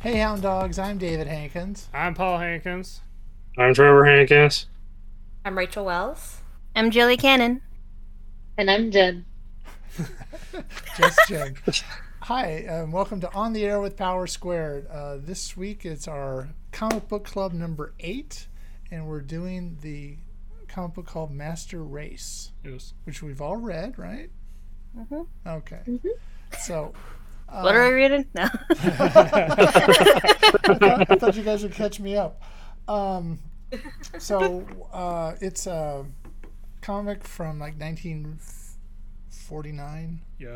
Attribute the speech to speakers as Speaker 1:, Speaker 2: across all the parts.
Speaker 1: Hey, Hound Dogs, I'm David Hankins.
Speaker 2: I'm Paul Hankins.
Speaker 3: I'm Trevor Hankins.
Speaker 4: I'm Rachel Wells.
Speaker 5: I'm Julie Cannon.
Speaker 6: And I'm Jen.
Speaker 1: Just Jen. Hi, and welcome to On the Air with Power Squared. Uh, this week it's our comic book club number eight, and we're doing the comic book called Master Race,
Speaker 2: It was
Speaker 1: which we've all read, right? Mm-hmm. Okay. So
Speaker 5: what are we reading? No.
Speaker 1: I thought you guys would catch me up. Um, so uh, it's a comic from like 1949.
Speaker 2: yeah,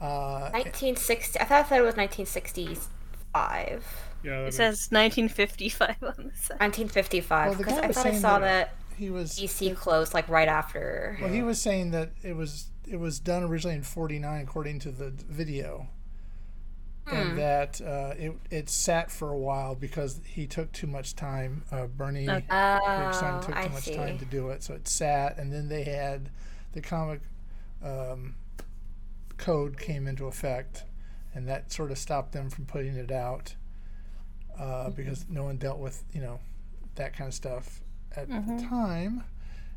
Speaker 1: Uh,
Speaker 4: 1960. I thought I said it was 1965.
Speaker 2: yeah. that
Speaker 5: it says 1955 on the side.
Speaker 4: 1955.
Speaker 1: Well, the
Speaker 4: Because
Speaker 1: guy
Speaker 4: I
Speaker 1: was
Speaker 4: thought I
Speaker 1: saying
Speaker 4: saw
Speaker 1: that-
Speaker 4: that
Speaker 1: he was
Speaker 4: DC closed like right after.
Speaker 1: well, he was saying that it was it was done originally in 49 according to the video. And that uh, it it sat for a while because he took too much time. Uh, Bernie Bergstein took too
Speaker 4: Oh, I
Speaker 1: much
Speaker 4: see.
Speaker 1: time to do it, so it sat. And then they had the comic um, code came into effect, and that sort of stopped them from putting it out uh,
Speaker 4: Mm-hmm.
Speaker 1: because no one dealt with you know that kind of stuff at the
Speaker 4: Mm-hmm.
Speaker 1: time.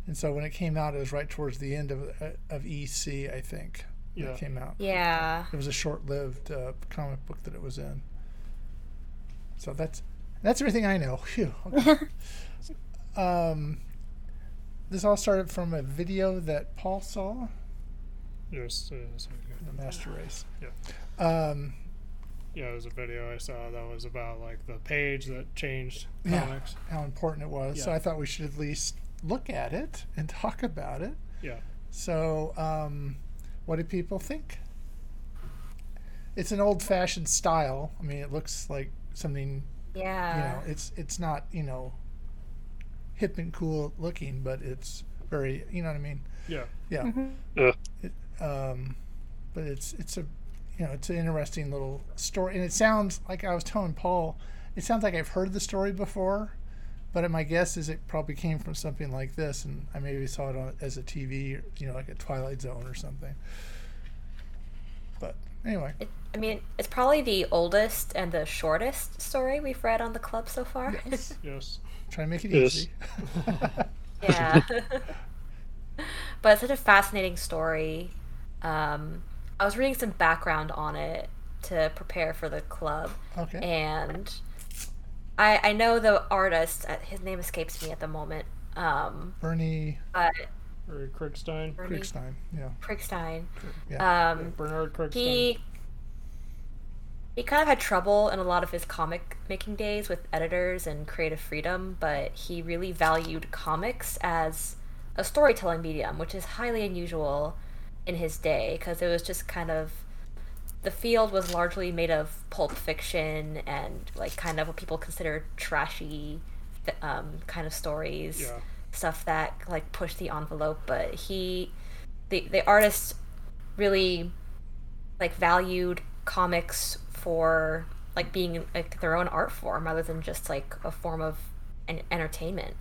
Speaker 1: And so when it came out, it was right towards the end of uh, of EC, I think. that
Speaker 2: Yeah.
Speaker 1: It came out.
Speaker 4: Yeah.
Speaker 1: It was a short-lived uh, comic book that it was in. So that's that's everything I know. Phew. Okay. um, this all started from a video that Paul saw,
Speaker 2: Yes, it was okay.
Speaker 1: the Master Race.
Speaker 2: Yeah.
Speaker 1: Um,
Speaker 2: yeah, it was a video I saw that was about like the page that changed
Speaker 1: Yeah.
Speaker 2: comics.
Speaker 1: how important it was. So
Speaker 2: Yeah.
Speaker 1: I thought we should at least look at it and talk about it.
Speaker 2: Yeah,
Speaker 1: So, um, what do people think? It's an old-fashioned style. I mean, it looks like something
Speaker 4: Yeah.
Speaker 1: you know it's it's not you know hip and cool looking but it's very you know what i mean
Speaker 2: yeah,
Speaker 1: yeah
Speaker 3: Yeah.
Speaker 1: It- um but it's it's a you know it's an interesting little story and it sounds like i was telling paul it sounds like i've heard the story before but my guess is it probably came from something like this and i maybe saw it on, as a tv you know like a twilight zone or something but anyway
Speaker 4: It, I mean, it's probably the oldest and the shortest story we've read on the club so far.
Speaker 2: yes.
Speaker 1: try to make it
Speaker 3: Yes.
Speaker 1: easy
Speaker 4: Yeah. but it's such a fascinating story. Um, I was reading some background on it to prepare for the club,
Speaker 1: okay
Speaker 4: Eh. and I I know the artist. uh, His name escapes me at the moment. Um,
Speaker 1: bernie
Speaker 4: but
Speaker 2: Or Krigstein,
Speaker 4: Bernie
Speaker 1: Kriegstein, yeah
Speaker 4: Krigstein.
Speaker 1: yeah
Speaker 4: Um,
Speaker 2: Bernard Krigstein.
Speaker 4: he he kind of had trouble in a lot of his comic making days with editors and creative freedom, but he really valued comics as a storytelling medium, which is highly unusual in his day because it was just kind of the field was largely made of pulp fiction and like kind of what people consider trashy th- um, kind of stories
Speaker 2: Yeah,
Speaker 4: stuff that like pushed the envelope but he the the artist really like valued comics for like being like their own art form rather than just like a form of an entertainment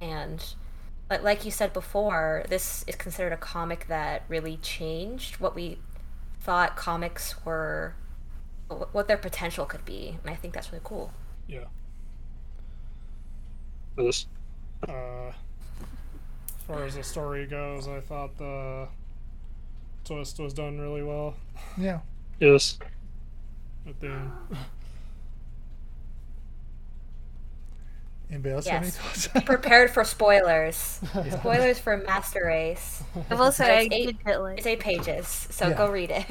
Speaker 4: and like like you said before this is considered a comic that really changed what we thought comics were wh- what their potential could be and i think that's really cool
Speaker 2: yeah.
Speaker 3: This
Speaker 2: Uh, as far as the story goes, I thought the twist was done really well.
Speaker 1: yeah
Speaker 3: is
Speaker 2: At the end.
Speaker 1: Anybody else
Speaker 4: Yes.
Speaker 1: have any thoughts?
Speaker 4: prepared for spoilers spoilers for master race
Speaker 5: I will say I
Speaker 4: It's eight-
Speaker 5: did get like
Speaker 4: It's eight pages, so
Speaker 1: Yeah.
Speaker 4: go read it.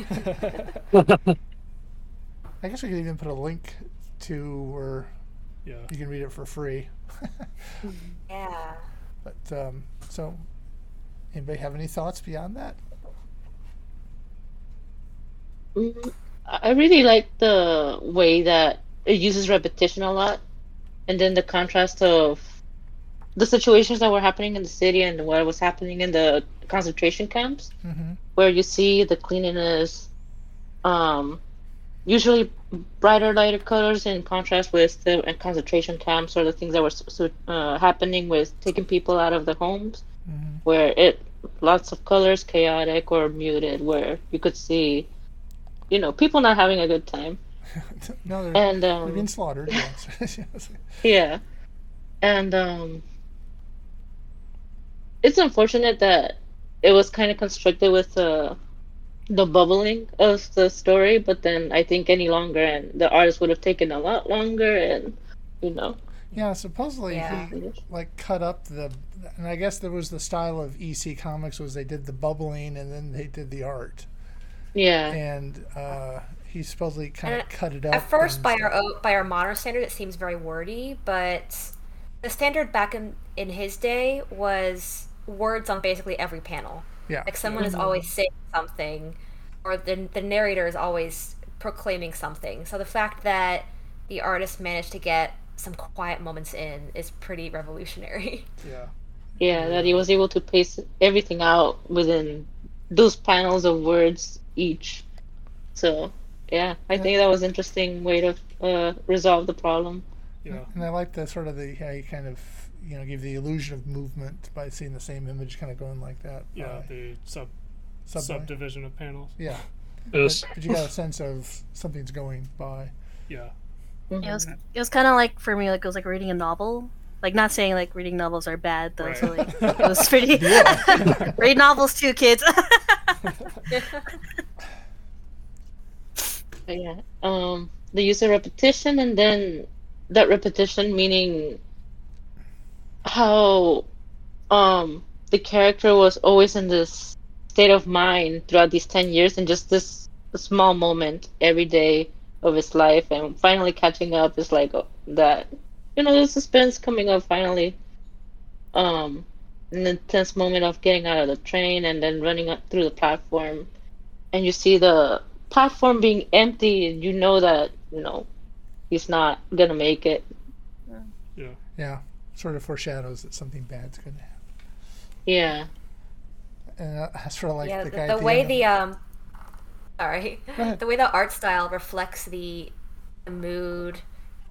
Speaker 1: I guess we could even put a link to where
Speaker 2: yeah,
Speaker 1: you can read it for free.
Speaker 4: yeah.
Speaker 1: but um, so, anybody have any thoughts beyond that?
Speaker 6: Mm, I I really like the way that it uses repetition a lot, and then the contrast of the situations that were happening in the city and what was happening in the concentration camps,
Speaker 1: Mm-hmm.
Speaker 6: where you see the cleanliness, um, usually brighter, lighter colors in contrast with the uh, concentration camps or the things that were s- s- uh, happening with taking people out of their homes
Speaker 1: Mm-hmm.
Speaker 6: where it lots of colors chaotic or muted where you could see you know people not having a good time
Speaker 1: no, they're,
Speaker 6: And
Speaker 1: they're
Speaker 6: um,
Speaker 1: being slaughtered. Yes. Yes.
Speaker 6: Yeah. And um it's unfortunate that it was kind of constricted with the the bubbling of the story, but then I think any longer and the artist would have taken a lot longer and you know.
Speaker 1: yeah, supposedly
Speaker 4: Yeah.
Speaker 1: he like cut up the, and I guess there was the style of EC Comics was they did the bubbling and then they did the art,
Speaker 6: Yeah.
Speaker 1: and uh, he supposedly kind of
Speaker 4: And
Speaker 1: cut it up.
Speaker 4: At first,
Speaker 1: and
Speaker 4: by
Speaker 1: stuff.
Speaker 4: our o- by our modern standard, it seems very wordy, but the standard back in in his day was words on basically every panel.
Speaker 1: yeah,
Speaker 4: Like someone is always saying something, or the the narrator is always proclaiming something. So the fact that the artist managed to get some quiet moments in is pretty revolutionary.
Speaker 1: yeah,
Speaker 6: Yeah, that he was able to pace everything out within those panels of words each. So, yeah, I think that was an interesting way to uh, resolve the problem.
Speaker 2: Yeah.
Speaker 1: and I like the sort of the how you kind of you know give the illusion of movement by seeing the same image kind of going like that.
Speaker 2: Yeah,
Speaker 1: by
Speaker 2: the sub
Speaker 1: subway.
Speaker 2: subdivision of panels.
Speaker 1: yeah,
Speaker 3: Yes.
Speaker 1: but you got a sense of something's going by.
Speaker 2: Yeah.
Speaker 5: It was it was kind of like for me like it was like reading a novel. Like not saying like reading novels are bad though. So
Speaker 2: Right.
Speaker 5: like it was pretty. Read novels too, kids.
Speaker 6: But yeah, um, the use of repetition and then that repetition meaning how um the character was always in this state of mind throughout these 10 years and just this small moment every day of his life and finally catching up is like oh, that you know the suspense coming up finally um an intense moment of getting out of the train and then running up through the platform and you see the platform being empty and you know that you know he's not gonna make it
Speaker 2: Yeah.
Speaker 1: Yeah, sort of foreshadows that something bad's going to happen.
Speaker 6: yeah
Speaker 1: And uh, I sort of like
Speaker 4: yeah,
Speaker 1: the
Speaker 4: the,
Speaker 1: guy.
Speaker 4: the
Speaker 1: at
Speaker 4: way
Speaker 1: end.
Speaker 4: the um, sorry,
Speaker 1: ahead.
Speaker 4: the way the art style reflects the, the mood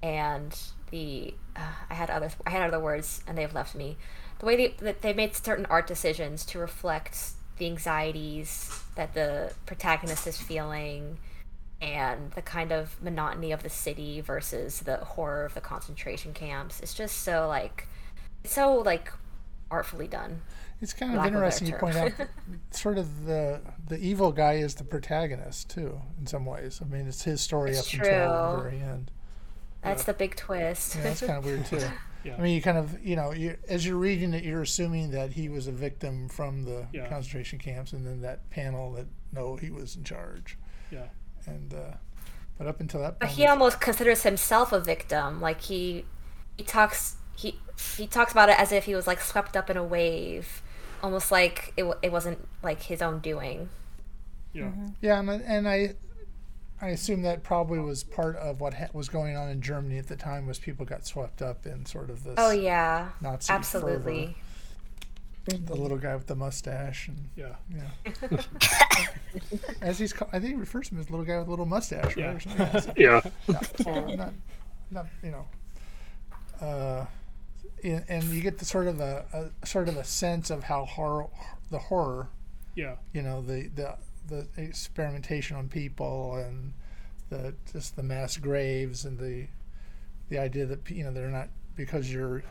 Speaker 4: and the uh, I had other I had other words and they've left me. The way they, that they made certain art decisions to reflect the anxieties that the protagonist is feeling and the kind of monotony of the city versus the horror of the concentration camps. It's just so like it's so like artfully done.
Speaker 1: it's kind of
Speaker 4: lack of a
Speaker 1: interesting you
Speaker 4: better
Speaker 1: point
Speaker 4: term.
Speaker 1: out. that Sort of the the evil guy is the protagonist too, in some ways. I mean, it's his story
Speaker 4: It's
Speaker 1: up until the
Speaker 4: true.
Speaker 1: very end.
Speaker 4: That's the big twist.
Speaker 1: Yeah, that's kind of weird too.
Speaker 2: Yeah.
Speaker 1: I mean, you kind of you know, you as you're reading it, you're assuming that he was a victim from the
Speaker 2: Yeah.
Speaker 1: concentration camps, and then that panel that no, he was in charge.
Speaker 2: Yeah.
Speaker 1: And uh, but up until that
Speaker 4: But
Speaker 1: point,
Speaker 4: he almost considers himself a victim. Like he he talks he he talks about it as if he was like swept up in a wave, almost like it wa- it wasn't like his own doing.
Speaker 2: Yeah.
Speaker 1: Yeah, and, and I, I assume that probably was part of what ha- was going on in Germany at the time was people got swept up in sort of this
Speaker 4: Oh yeah,
Speaker 1: Nazi
Speaker 4: absolutely.
Speaker 1: fervor. The little guy with the mustache, and
Speaker 2: Yeah.
Speaker 1: as he's, called, I think he refers to him as little guy with a little mustache, right?
Speaker 2: Yeah.
Speaker 1: Or something. Yeah, so-
Speaker 3: Yeah.
Speaker 1: not, not, you know, uh, and, and you get the sort of a, a sort of a sense of how horror, the horror
Speaker 2: Yeah.
Speaker 1: you know the the the experimentation on people and the just the mass graves and the the idea that pe- you know they're not because you're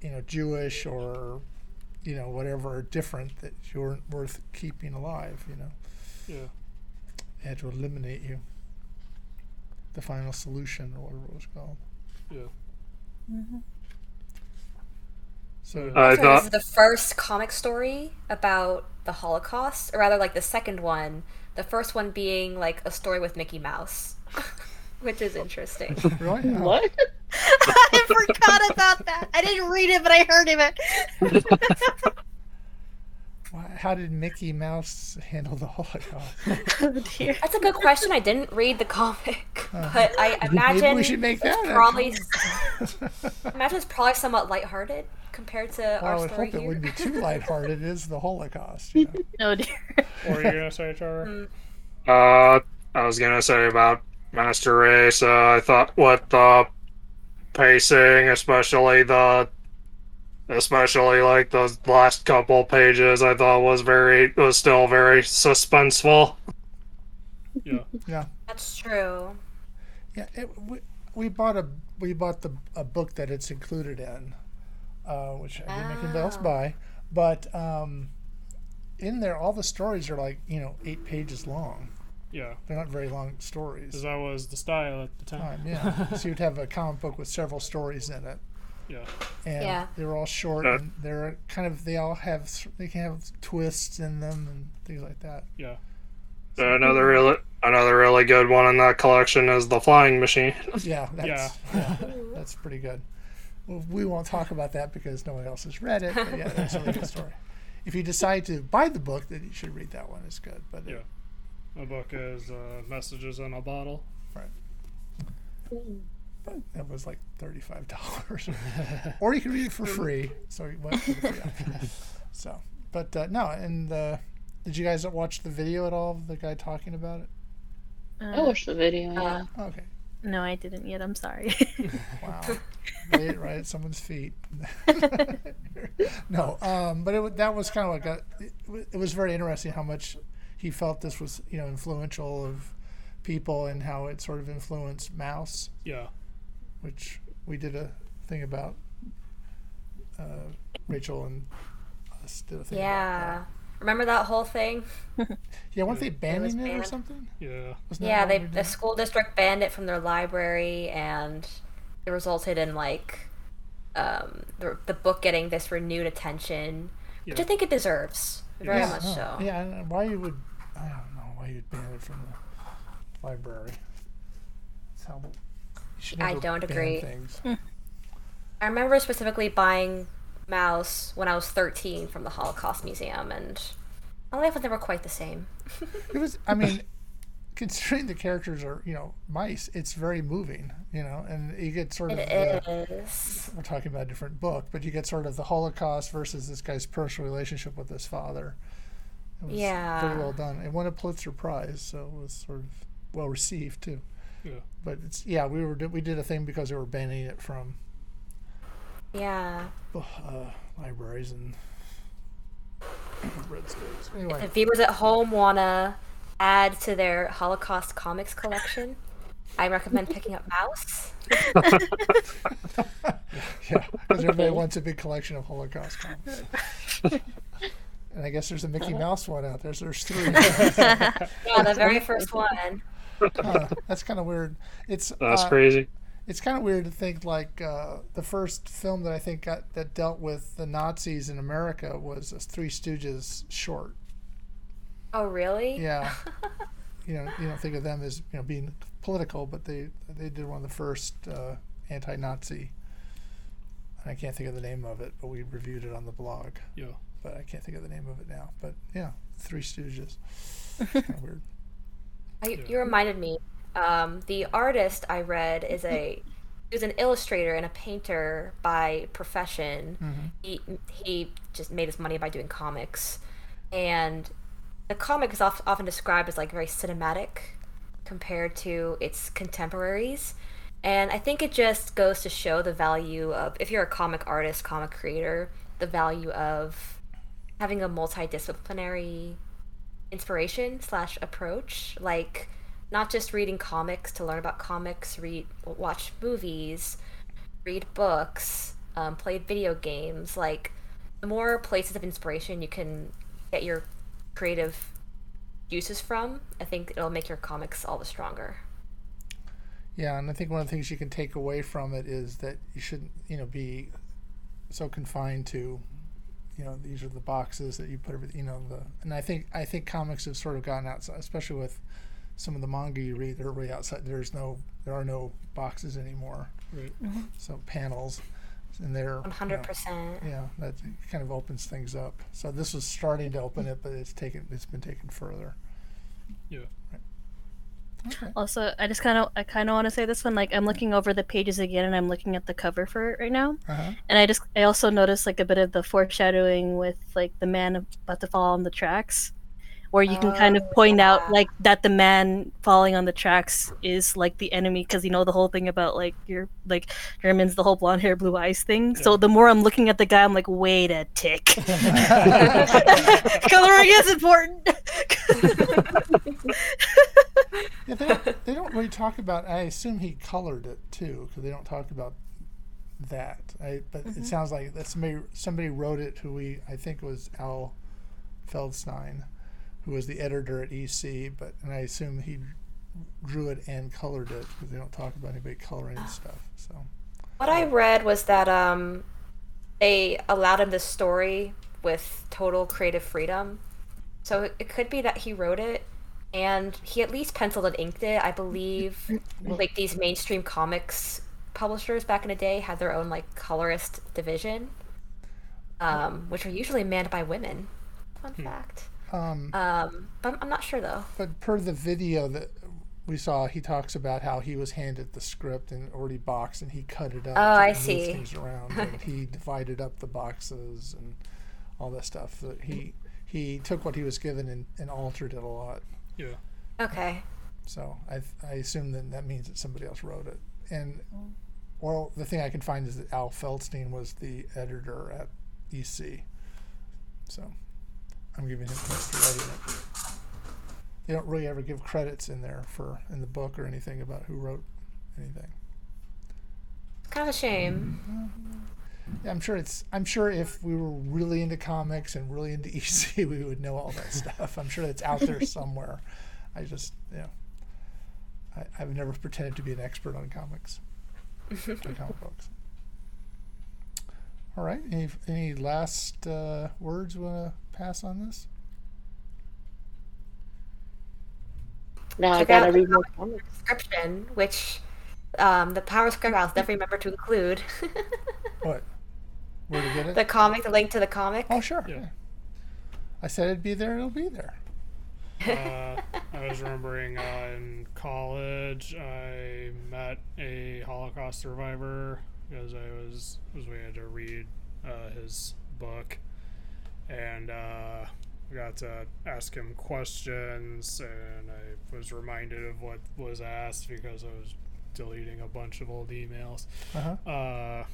Speaker 1: you know Jewish or you know whatever different that you weren't worth keeping alive you know
Speaker 2: Yeah.
Speaker 1: they had to eliminate you the final solution or whatever it was called
Speaker 2: Yeah.
Speaker 1: so
Speaker 2: Uh,
Speaker 3: I
Speaker 4: So this
Speaker 3: thought
Speaker 4: is the first comic story about the Holocaust, or rather, like the second one. The first one being like a story with Mickey Mouse, which is interesting.
Speaker 1: really Yeah.
Speaker 6: what
Speaker 5: I forgot about that. I didn't read it, but I heard of it.
Speaker 1: Why- how did Mickey Mouse handle the Holocaust
Speaker 5: oh dear.
Speaker 4: That's a good question. I didn't read the comic, but I imagine
Speaker 1: maybe we should make that
Speaker 4: it's
Speaker 1: actually.
Speaker 4: probably imagine it's probably somewhat lighthearted compared to
Speaker 1: Well, I
Speaker 4: our
Speaker 1: would
Speaker 4: story
Speaker 1: hope it
Speaker 4: here.
Speaker 1: wouldn't be too lighthearted. It is the Holocaust. You know?
Speaker 5: Oh dear.
Speaker 2: Or are you gonna say Trevor?
Speaker 3: uh I was gonna say about Master Race, uh, I thought with the pacing, especially the especially like those last couple pages I thought was very was still very suspenseful.
Speaker 2: Yeah.
Speaker 1: yeah.
Speaker 4: That's true.
Speaker 1: Yeah, it, we, we bought a we bought the a book that it's included in, uh, which I didn't make anybody else
Speaker 4: Ah.
Speaker 1: buy. But um, in there, all the stories are like you know eight pages long.
Speaker 2: Yeah,
Speaker 1: They're not very long stories.
Speaker 2: because that was the style at the time.
Speaker 1: time, yeah. so you'd have a comic book with several stories in it,
Speaker 2: yeah.
Speaker 1: and
Speaker 4: Yeah.
Speaker 1: they're all short,
Speaker 3: Uh,
Speaker 1: and they're kind of they all have s- they can have twists in them and things like that.
Speaker 2: Yeah.
Speaker 3: So another really another really good one in that collection is the flying machine.
Speaker 1: Yeah, that's
Speaker 2: Yeah.
Speaker 1: that's pretty good. Well, we won't talk about that because no one else has read it. But yeah, that's a really good story. If you decide to buy the book, then you should read that one. It's good, but it-
Speaker 2: Yeah. My book is uh, Messages in a Bottle.
Speaker 1: but that was like thirty-five dollars, or you can read it for free. So you went for the free option. So, but uh, no, and uh, did you guys watch the video at all? of The guy talking about it.
Speaker 6: I watched the video. Yeah.
Speaker 4: Uh,
Speaker 1: Okay,
Speaker 5: No, I didn't yet. I'm sorry.
Speaker 1: wow, laid it right at someone's feet. no, um, but it, wa- that was kind of like a, it, wa- it was very interesting how much he felt this was you know influential of people and how it sort of influenced Mouse.
Speaker 2: Yeah.
Speaker 1: which we did a thing about. Uh, Rachel and us did a thing. About
Speaker 4: Yeah. Remember that whole thing?
Speaker 1: that. Yeah, weren't they
Speaker 4: was
Speaker 1: banning it, or
Speaker 4: banned.
Speaker 1: something?
Speaker 2: Yeah.
Speaker 1: Wasn't that
Speaker 4: Yeah,
Speaker 1: what
Speaker 4: they
Speaker 1: we
Speaker 4: the
Speaker 1: did?
Speaker 4: school district banned it from their library, and it resulted in like um, the, the book getting this renewed attention, which I
Speaker 2: Yeah.
Speaker 4: think it deserves very
Speaker 1: yeah,
Speaker 4: much
Speaker 1: no.
Speaker 4: so.
Speaker 1: Yeah, I don't know why you would? I don't know why you'd ban it from the library. It's how you should
Speaker 4: I
Speaker 1: never
Speaker 4: don't
Speaker 1: ban
Speaker 4: agree.
Speaker 1: Things.
Speaker 4: I remember specifically buying Mouse when I was 13 from the Holocaust Museum, and my life was never quite the same.
Speaker 1: It was. I mean, considering the characters are you know mice, it's very moving. You know, and you get sort of.
Speaker 4: It
Speaker 1: the-
Speaker 4: is.
Speaker 1: we're talking about a different book, but you get sort of the Holocaust versus this guy's personal relationship with his father. It was
Speaker 4: Yeah.
Speaker 1: Very well done. It won a Pulitzer Prize, so it was sort of well received too.
Speaker 2: Yeah.
Speaker 1: But it's yeah, we were we did a thing because they were banning it from
Speaker 4: Yeah.
Speaker 1: uh, libraries and red states. Anyway,
Speaker 4: If viewers at home want to add to their Holocaust comics collection, I recommend picking up Mouse.
Speaker 1: yeah, because everybody wants a big collection of Holocaust comics. and I guess there's a Mickey Mouse one out there. So there's three.
Speaker 4: Yeah, the very first one.
Speaker 1: Huh, that's kind of weird. It's
Speaker 3: That's
Speaker 1: uh,
Speaker 3: crazy.
Speaker 1: it's kind of weird to think like uh, the first film that I think got, that dealt with the Nazis in America was a Three Stooges short.
Speaker 4: Oh, really?
Speaker 1: Yeah, you know you don't think of them as you know being political, but they they did one of the first uh, anti-Nazi. I can't think of the name of it, but we reviewed it on the blog.
Speaker 2: Yeah.
Speaker 1: But I can't think of the name of it now. But yeah, Three Stooges. kind of weird.
Speaker 4: Oh, You, you reminded me. Um, the artist I read is a he was an illustrator and a painter by profession. He he just made his money by doing comics, and the comic is oft, often described as like very cinematic compared to its contemporaries. And I think it just goes to show the value of if you're a comic artist, comic creator, the value of having a multidisciplinary inspiration slash approach like not just reading comics to learn about comics read watch movies read books um, play video games like the more places of inspiration you can get your creative uses from i think it'll make your comics all the stronger
Speaker 1: Yeah, and I think one of the things you can take away from it is that you shouldn't, you know, be so confined to, you know, these are the boxes that you put everything, you know, the. And I think I think comics have sort of gone outside, especially with some of the manga you read. They're really outside. There's no, there are no boxes anymore.
Speaker 2: Right.
Speaker 1: So panels, and they're you know,
Speaker 4: 100%
Speaker 1: yeah, that kind of opens things up. So this was starting to open it, but it's taken, it's been taken further.
Speaker 2: Yeah.
Speaker 5: also, I just kind of I kind of want to say this one. Like, I'm looking over the pages again, and I'm looking at the cover for it right now.
Speaker 1: Uh huh.
Speaker 5: And I just I also noticed like a bit of the foreshadowing with like the man about to fall on the tracks, where you can kind of
Speaker 4: Oh,
Speaker 5: point
Speaker 4: yeah.
Speaker 5: out like that the man falling on the tracks is like the enemy because you know the whole thing about like your like Germans the whole blonde hair blue eyes thing. So
Speaker 2: Yeah.
Speaker 5: the more I'm looking at the guy, I'm like, wait a tick, coloring is important.
Speaker 1: Yeah, they, don't, they don't really talk about? I assume he colored it too, because they don't talk about that. I, but it sounds like that somebody somebody wrote it who we I think was Al Feldstein, who was the editor at EC. But and I assume he drew it and colored it because they don't talk about anybody coloring stuff. So
Speaker 4: What I read was that um, they allowed him this story with total creative freedom. So it- it could be that he wrote it and he at least penciled and inked it. I believe like these mainstream comics publishers back in the day had their own like colorist division, um, which were usually manned by women. Fun fact.
Speaker 1: um,
Speaker 4: Um, but I'm, I'm not sure though.
Speaker 1: But per the video that we saw, he talks about how he was handed the script and already boxed, and he cut it up. to
Speaker 4: Oh, I
Speaker 1: move
Speaker 4: see.
Speaker 1: Things around, and he divided up the boxes and all that stuff. That he he took what he was given and, and altered it a lot.
Speaker 2: Yeah.
Speaker 4: Okay.
Speaker 1: So I th- I assume that that means that somebody else wrote it. And well, the thing I can find is that Al Feldstein was the editor at EC. So I'm giving him credit for writing it. They don't really ever give credits in there for in the book or anything about who wrote anything.
Speaker 4: Kind of a shame.
Speaker 1: Yeah, I'm sure it's. I'm sure if we were really into comics and really into EC, we would know all that stuff. I'm sure it's out there somewhere. I just, you know, I, I've never pretended to be an expert on comics or comic books. All right. Any any last uh, words we want to pass on this?
Speaker 6: Now I
Speaker 4: Check
Speaker 6: gotta
Speaker 4: out-
Speaker 6: read more comics.
Speaker 4: Description, which um, the Power Script I'll never remember to include.
Speaker 1: What? Where to get it?
Speaker 4: the comic, the link to the comic.
Speaker 1: oh, sure.
Speaker 2: Yeah.
Speaker 1: I said it'd be there. It'll be there.
Speaker 2: Uh, I was remembering uh, in college I met a Holocaust survivor because I was was we had to read uh, his book, and uh, I got to ask him questions, and I was reminded of what was asked because I was deleting a bunch of old emails.
Speaker 1: Uh-huh.
Speaker 2: Uh,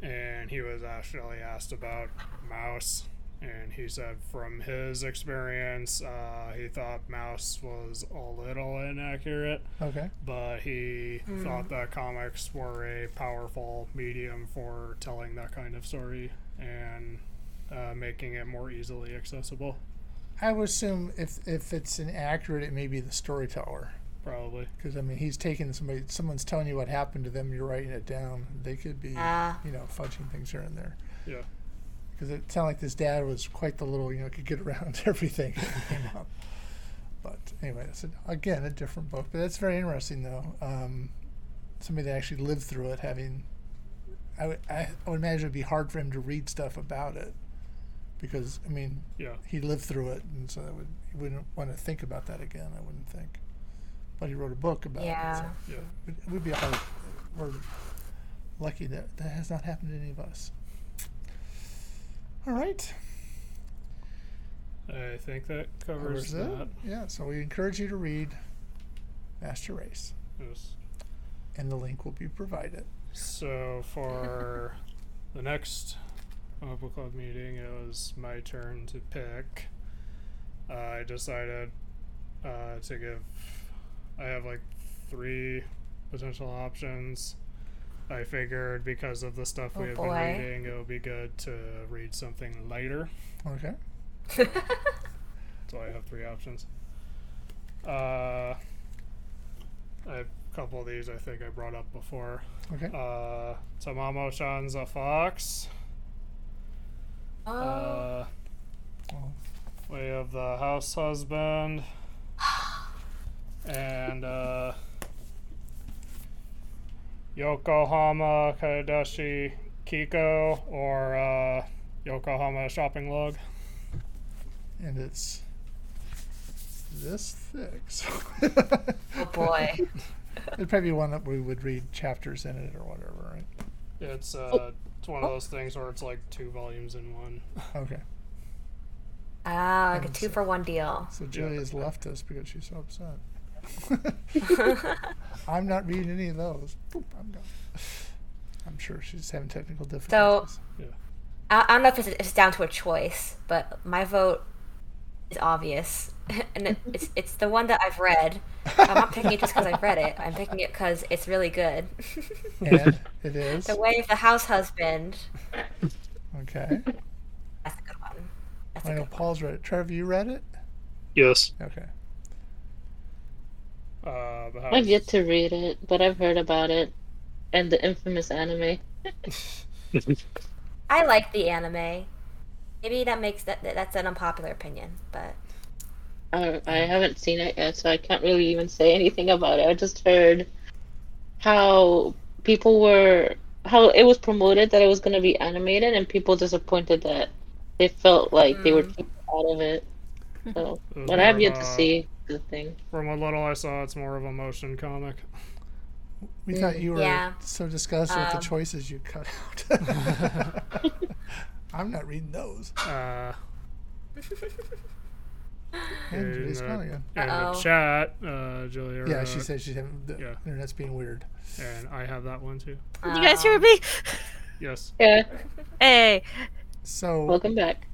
Speaker 2: and he was actually asked about Mouse, and he said from his experience, uh, he thought Mouse was a little inaccurate,
Speaker 1: Okay.
Speaker 2: but he thought that comics were a powerful medium for telling that kind of story and uh, making it more easily accessible,
Speaker 1: I would assume if if it's inaccurate, it may be the storyteller.
Speaker 2: probably.
Speaker 1: Because I mean, he's taking somebody. Someone's telling you what happened to them. You're writing it down. They could be,
Speaker 4: Ah.
Speaker 1: you know, fudging things here and there.
Speaker 2: Yeah.
Speaker 1: Because it sounded like this dad was quite the little, you know, could get around everything. that came up. But anyway, that's a, again a different book. But that's very interesting, though. Um, somebody that actually lived through it, having, I would, I would imagine it'd be hard for him to read stuff about it, because I mean,
Speaker 2: Yeah.
Speaker 1: he lived through it, and so that would he wouldn't want to think about that again. I wouldn't think. But he wrote a book about it.
Speaker 4: Yeah.
Speaker 1: so
Speaker 2: Yeah.
Speaker 1: It it would be a hard. We're lucky that that has not happened to any of us. All right.
Speaker 2: I think that
Speaker 1: Covers
Speaker 2: covers that.
Speaker 1: it. Yeah. So we encourage you to read Master Race,
Speaker 2: Yes.
Speaker 1: and the link will be provided.
Speaker 2: So for the next Comic Book Club meeting, it was my turn to pick. Uh, I decided uh, to give. I have like three potential options. I figured because of the stuff
Speaker 4: Oh,
Speaker 2: we have
Speaker 4: boy.
Speaker 2: been reading, it would be good to read something lighter.
Speaker 1: Okay.
Speaker 2: So I have three options. Uh, I have a couple of these I think I brought up before.
Speaker 1: Okay.
Speaker 2: Uh, Tamamo Shan's a fox.
Speaker 4: Oh,
Speaker 2: Uh,
Speaker 1: Oh.
Speaker 2: Way of the House Husband. and uh, Yokohama Kadashi Kiko or uh, Yokohama Shopping Log.
Speaker 1: And it's this thick. so-
Speaker 4: oh boy.
Speaker 1: It'd probably be one that we would read chapters in it or whatever, right?
Speaker 2: It's,
Speaker 6: Oh.
Speaker 2: uh, it's one of those things where it's like two volumes in one.
Speaker 1: Okay.
Speaker 4: Ah, like a
Speaker 1: And
Speaker 4: two
Speaker 1: so-
Speaker 4: for one deal.
Speaker 1: So Julia's left us because she's so upset. I'm not reading any of those. Boop, I'm gone. I'm sure she's having technical difficulties.
Speaker 4: I, I don't know if it's, it's down to a choice, but my vote is obvious, and it, it's it's the one that I've read. I'm not picking it just because I've read it. I'm picking it because it's really good.
Speaker 1: And it is.
Speaker 4: the Way of the House Husband.
Speaker 1: Okay.
Speaker 4: That's a good one. That's
Speaker 1: I
Speaker 4: a
Speaker 1: know
Speaker 4: good one.
Speaker 1: Paul's read it. Trevor, you read it?
Speaker 3: Yes.
Speaker 1: Okay.
Speaker 2: Uh, the
Speaker 6: I've
Speaker 2: house.
Speaker 6: yet to read it, but I've heard about it and the infamous anime.
Speaker 4: I like the anime. Maybe that makes that that- that's an unpopular opinion, but
Speaker 6: I, I haven't seen it yet, so I can't really even say anything about it. I just heard how people were how it was promoted that it was going to be animated, and people disappointed that they felt like they were
Speaker 4: Mm.
Speaker 6: cheated out of it. So,
Speaker 2: It was
Speaker 6: but I have
Speaker 2: more
Speaker 6: yet
Speaker 2: of
Speaker 6: to
Speaker 2: a-
Speaker 6: see the thing.
Speaker 2: From what little I saw, it's more of a motion comic.
Speaker 1: We thought you were
Speaker 4: Yeah.
Speaker 1: so disgusted with
Speaker 4: Um,
Speaker 1: the choices you cut out. I'm not reading those.
Speaker 2: Uh,
Speaker 1: And Julie's
Speaker 2: uh,
Speaker 1: gone again.
Speaker 2: in the
Speaker 4: Uh-oh.
Speaker 2: chat, uh, Julia.
Speaker 1: Yeah, she
Speaker 2: wrote-
Speaker 1: said she's having the
Speaker 2: yeah.
Speaker 1: internet's being weird.
Speaker 2: And I have that one too.
Speaker 5: you guys hear me?
Speaker 2: Yes.
Speaker 6: Yeah,
Speaker 5: Hey.
Speaker 1: So
Speaker 6: welcome back.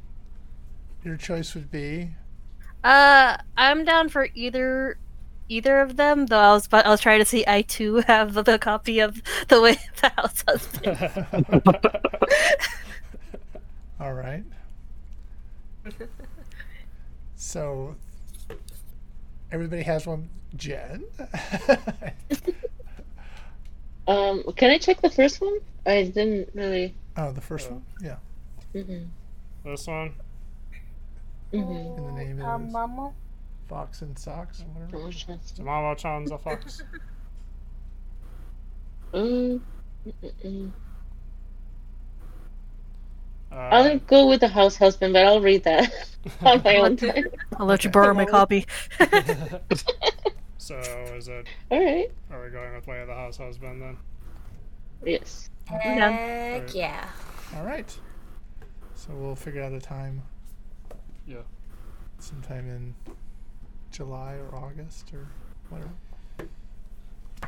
Speaker 1: your choice would be
Speaker 5: Uh, I'm down for either either of them. Though I was I was trying to see I too have the copy of the way the house husband.
Speaker 1: all right. so everybody has one. Jen.
Speaker 6: Um, can I check the first one? I didn't really. mm-hmm,
Speaker 1: oh, the first one. Yeah.
Speaker 6: Mm-mm.
Speaker 2: This one.
Speaker 6: Mm-hmm.
Speaker 1: And the name is
Speaker 5: mama.
Speaker 1: Fox and Socks. Whatever.
Speaker 2: Tomorrow Chan's a fox.
Speaker 6: Mm, mm-mm. I'll
Speaker 2: Uh,
Speaker 6: go with the house husband, but I'll read that on my own time.
Speaker 5: I'll let you borrow my copy.
Speaker 2: so is it?
Speaker 6: All right.
Speaker 2: Are we going with Way of the House Husband then?
Speaker 6: Yes.
Speaker 4: Heck yeah.
Speaker 1: All right. So we'll figure out a time
Speaker 2: Yeah.
Speaker 1: sometime in July or August or whatever.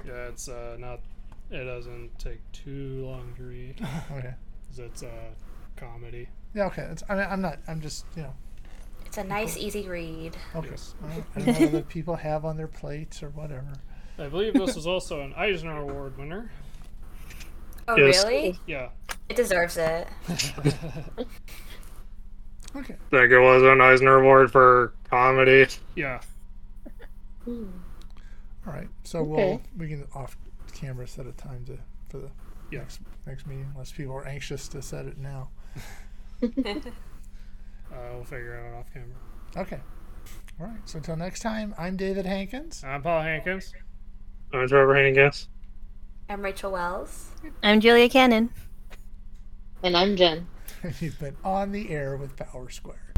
Speaker 2: Yeah, it's uh, not. It doesn't take too long to read. 'cause
Speaker 1: Okay.
Speaker 2: It's a comedy.
Speaker 1: Yeah. Okay. It's, I mean, I'm not. I'm just. You know.
Speaker 4: It's a nice, easy read.
Speaker 1: Okay.
Speaker 2: Yes.
Speaker 1: I don't, I don't know what other people have on their plates or whatever.
Speaker 2: I believe this was also an Eisner Award winner.
Speaker 4: Oh,
Speaker 3: Yes.
Speaker 4: really?
Speaker 2: Yeah.
Speaker 4: It deserves it.
Speaker 1: Okay.
Speaker 3: think it was an Eisner Award for comedy.
Speaker 2: Yeah.
Speaker 1: All right. So we'll
Speaker 6: Okay.
Speaker 1: we can off camera set a time to for the
Speaker 2: Yeah.
Speaker 1: next next meeting unless people are anxious to set it now.
Speaker 2: Uh, we'll figure it out off camera.
Speaker 1: Okay. All right. So until next time, I'm David Hankins.
Speaker 2: I'm Uh, Paul Hankins.
Speaker 3: I'm Uh, Trevor Hankins.
Speaker 4: I'm Rachel Wells.
Speaker 5: I'm Julia Cannon.
Speaker 6: And I'm Jen.
Speaker 1: and You've been on the air with Power Square.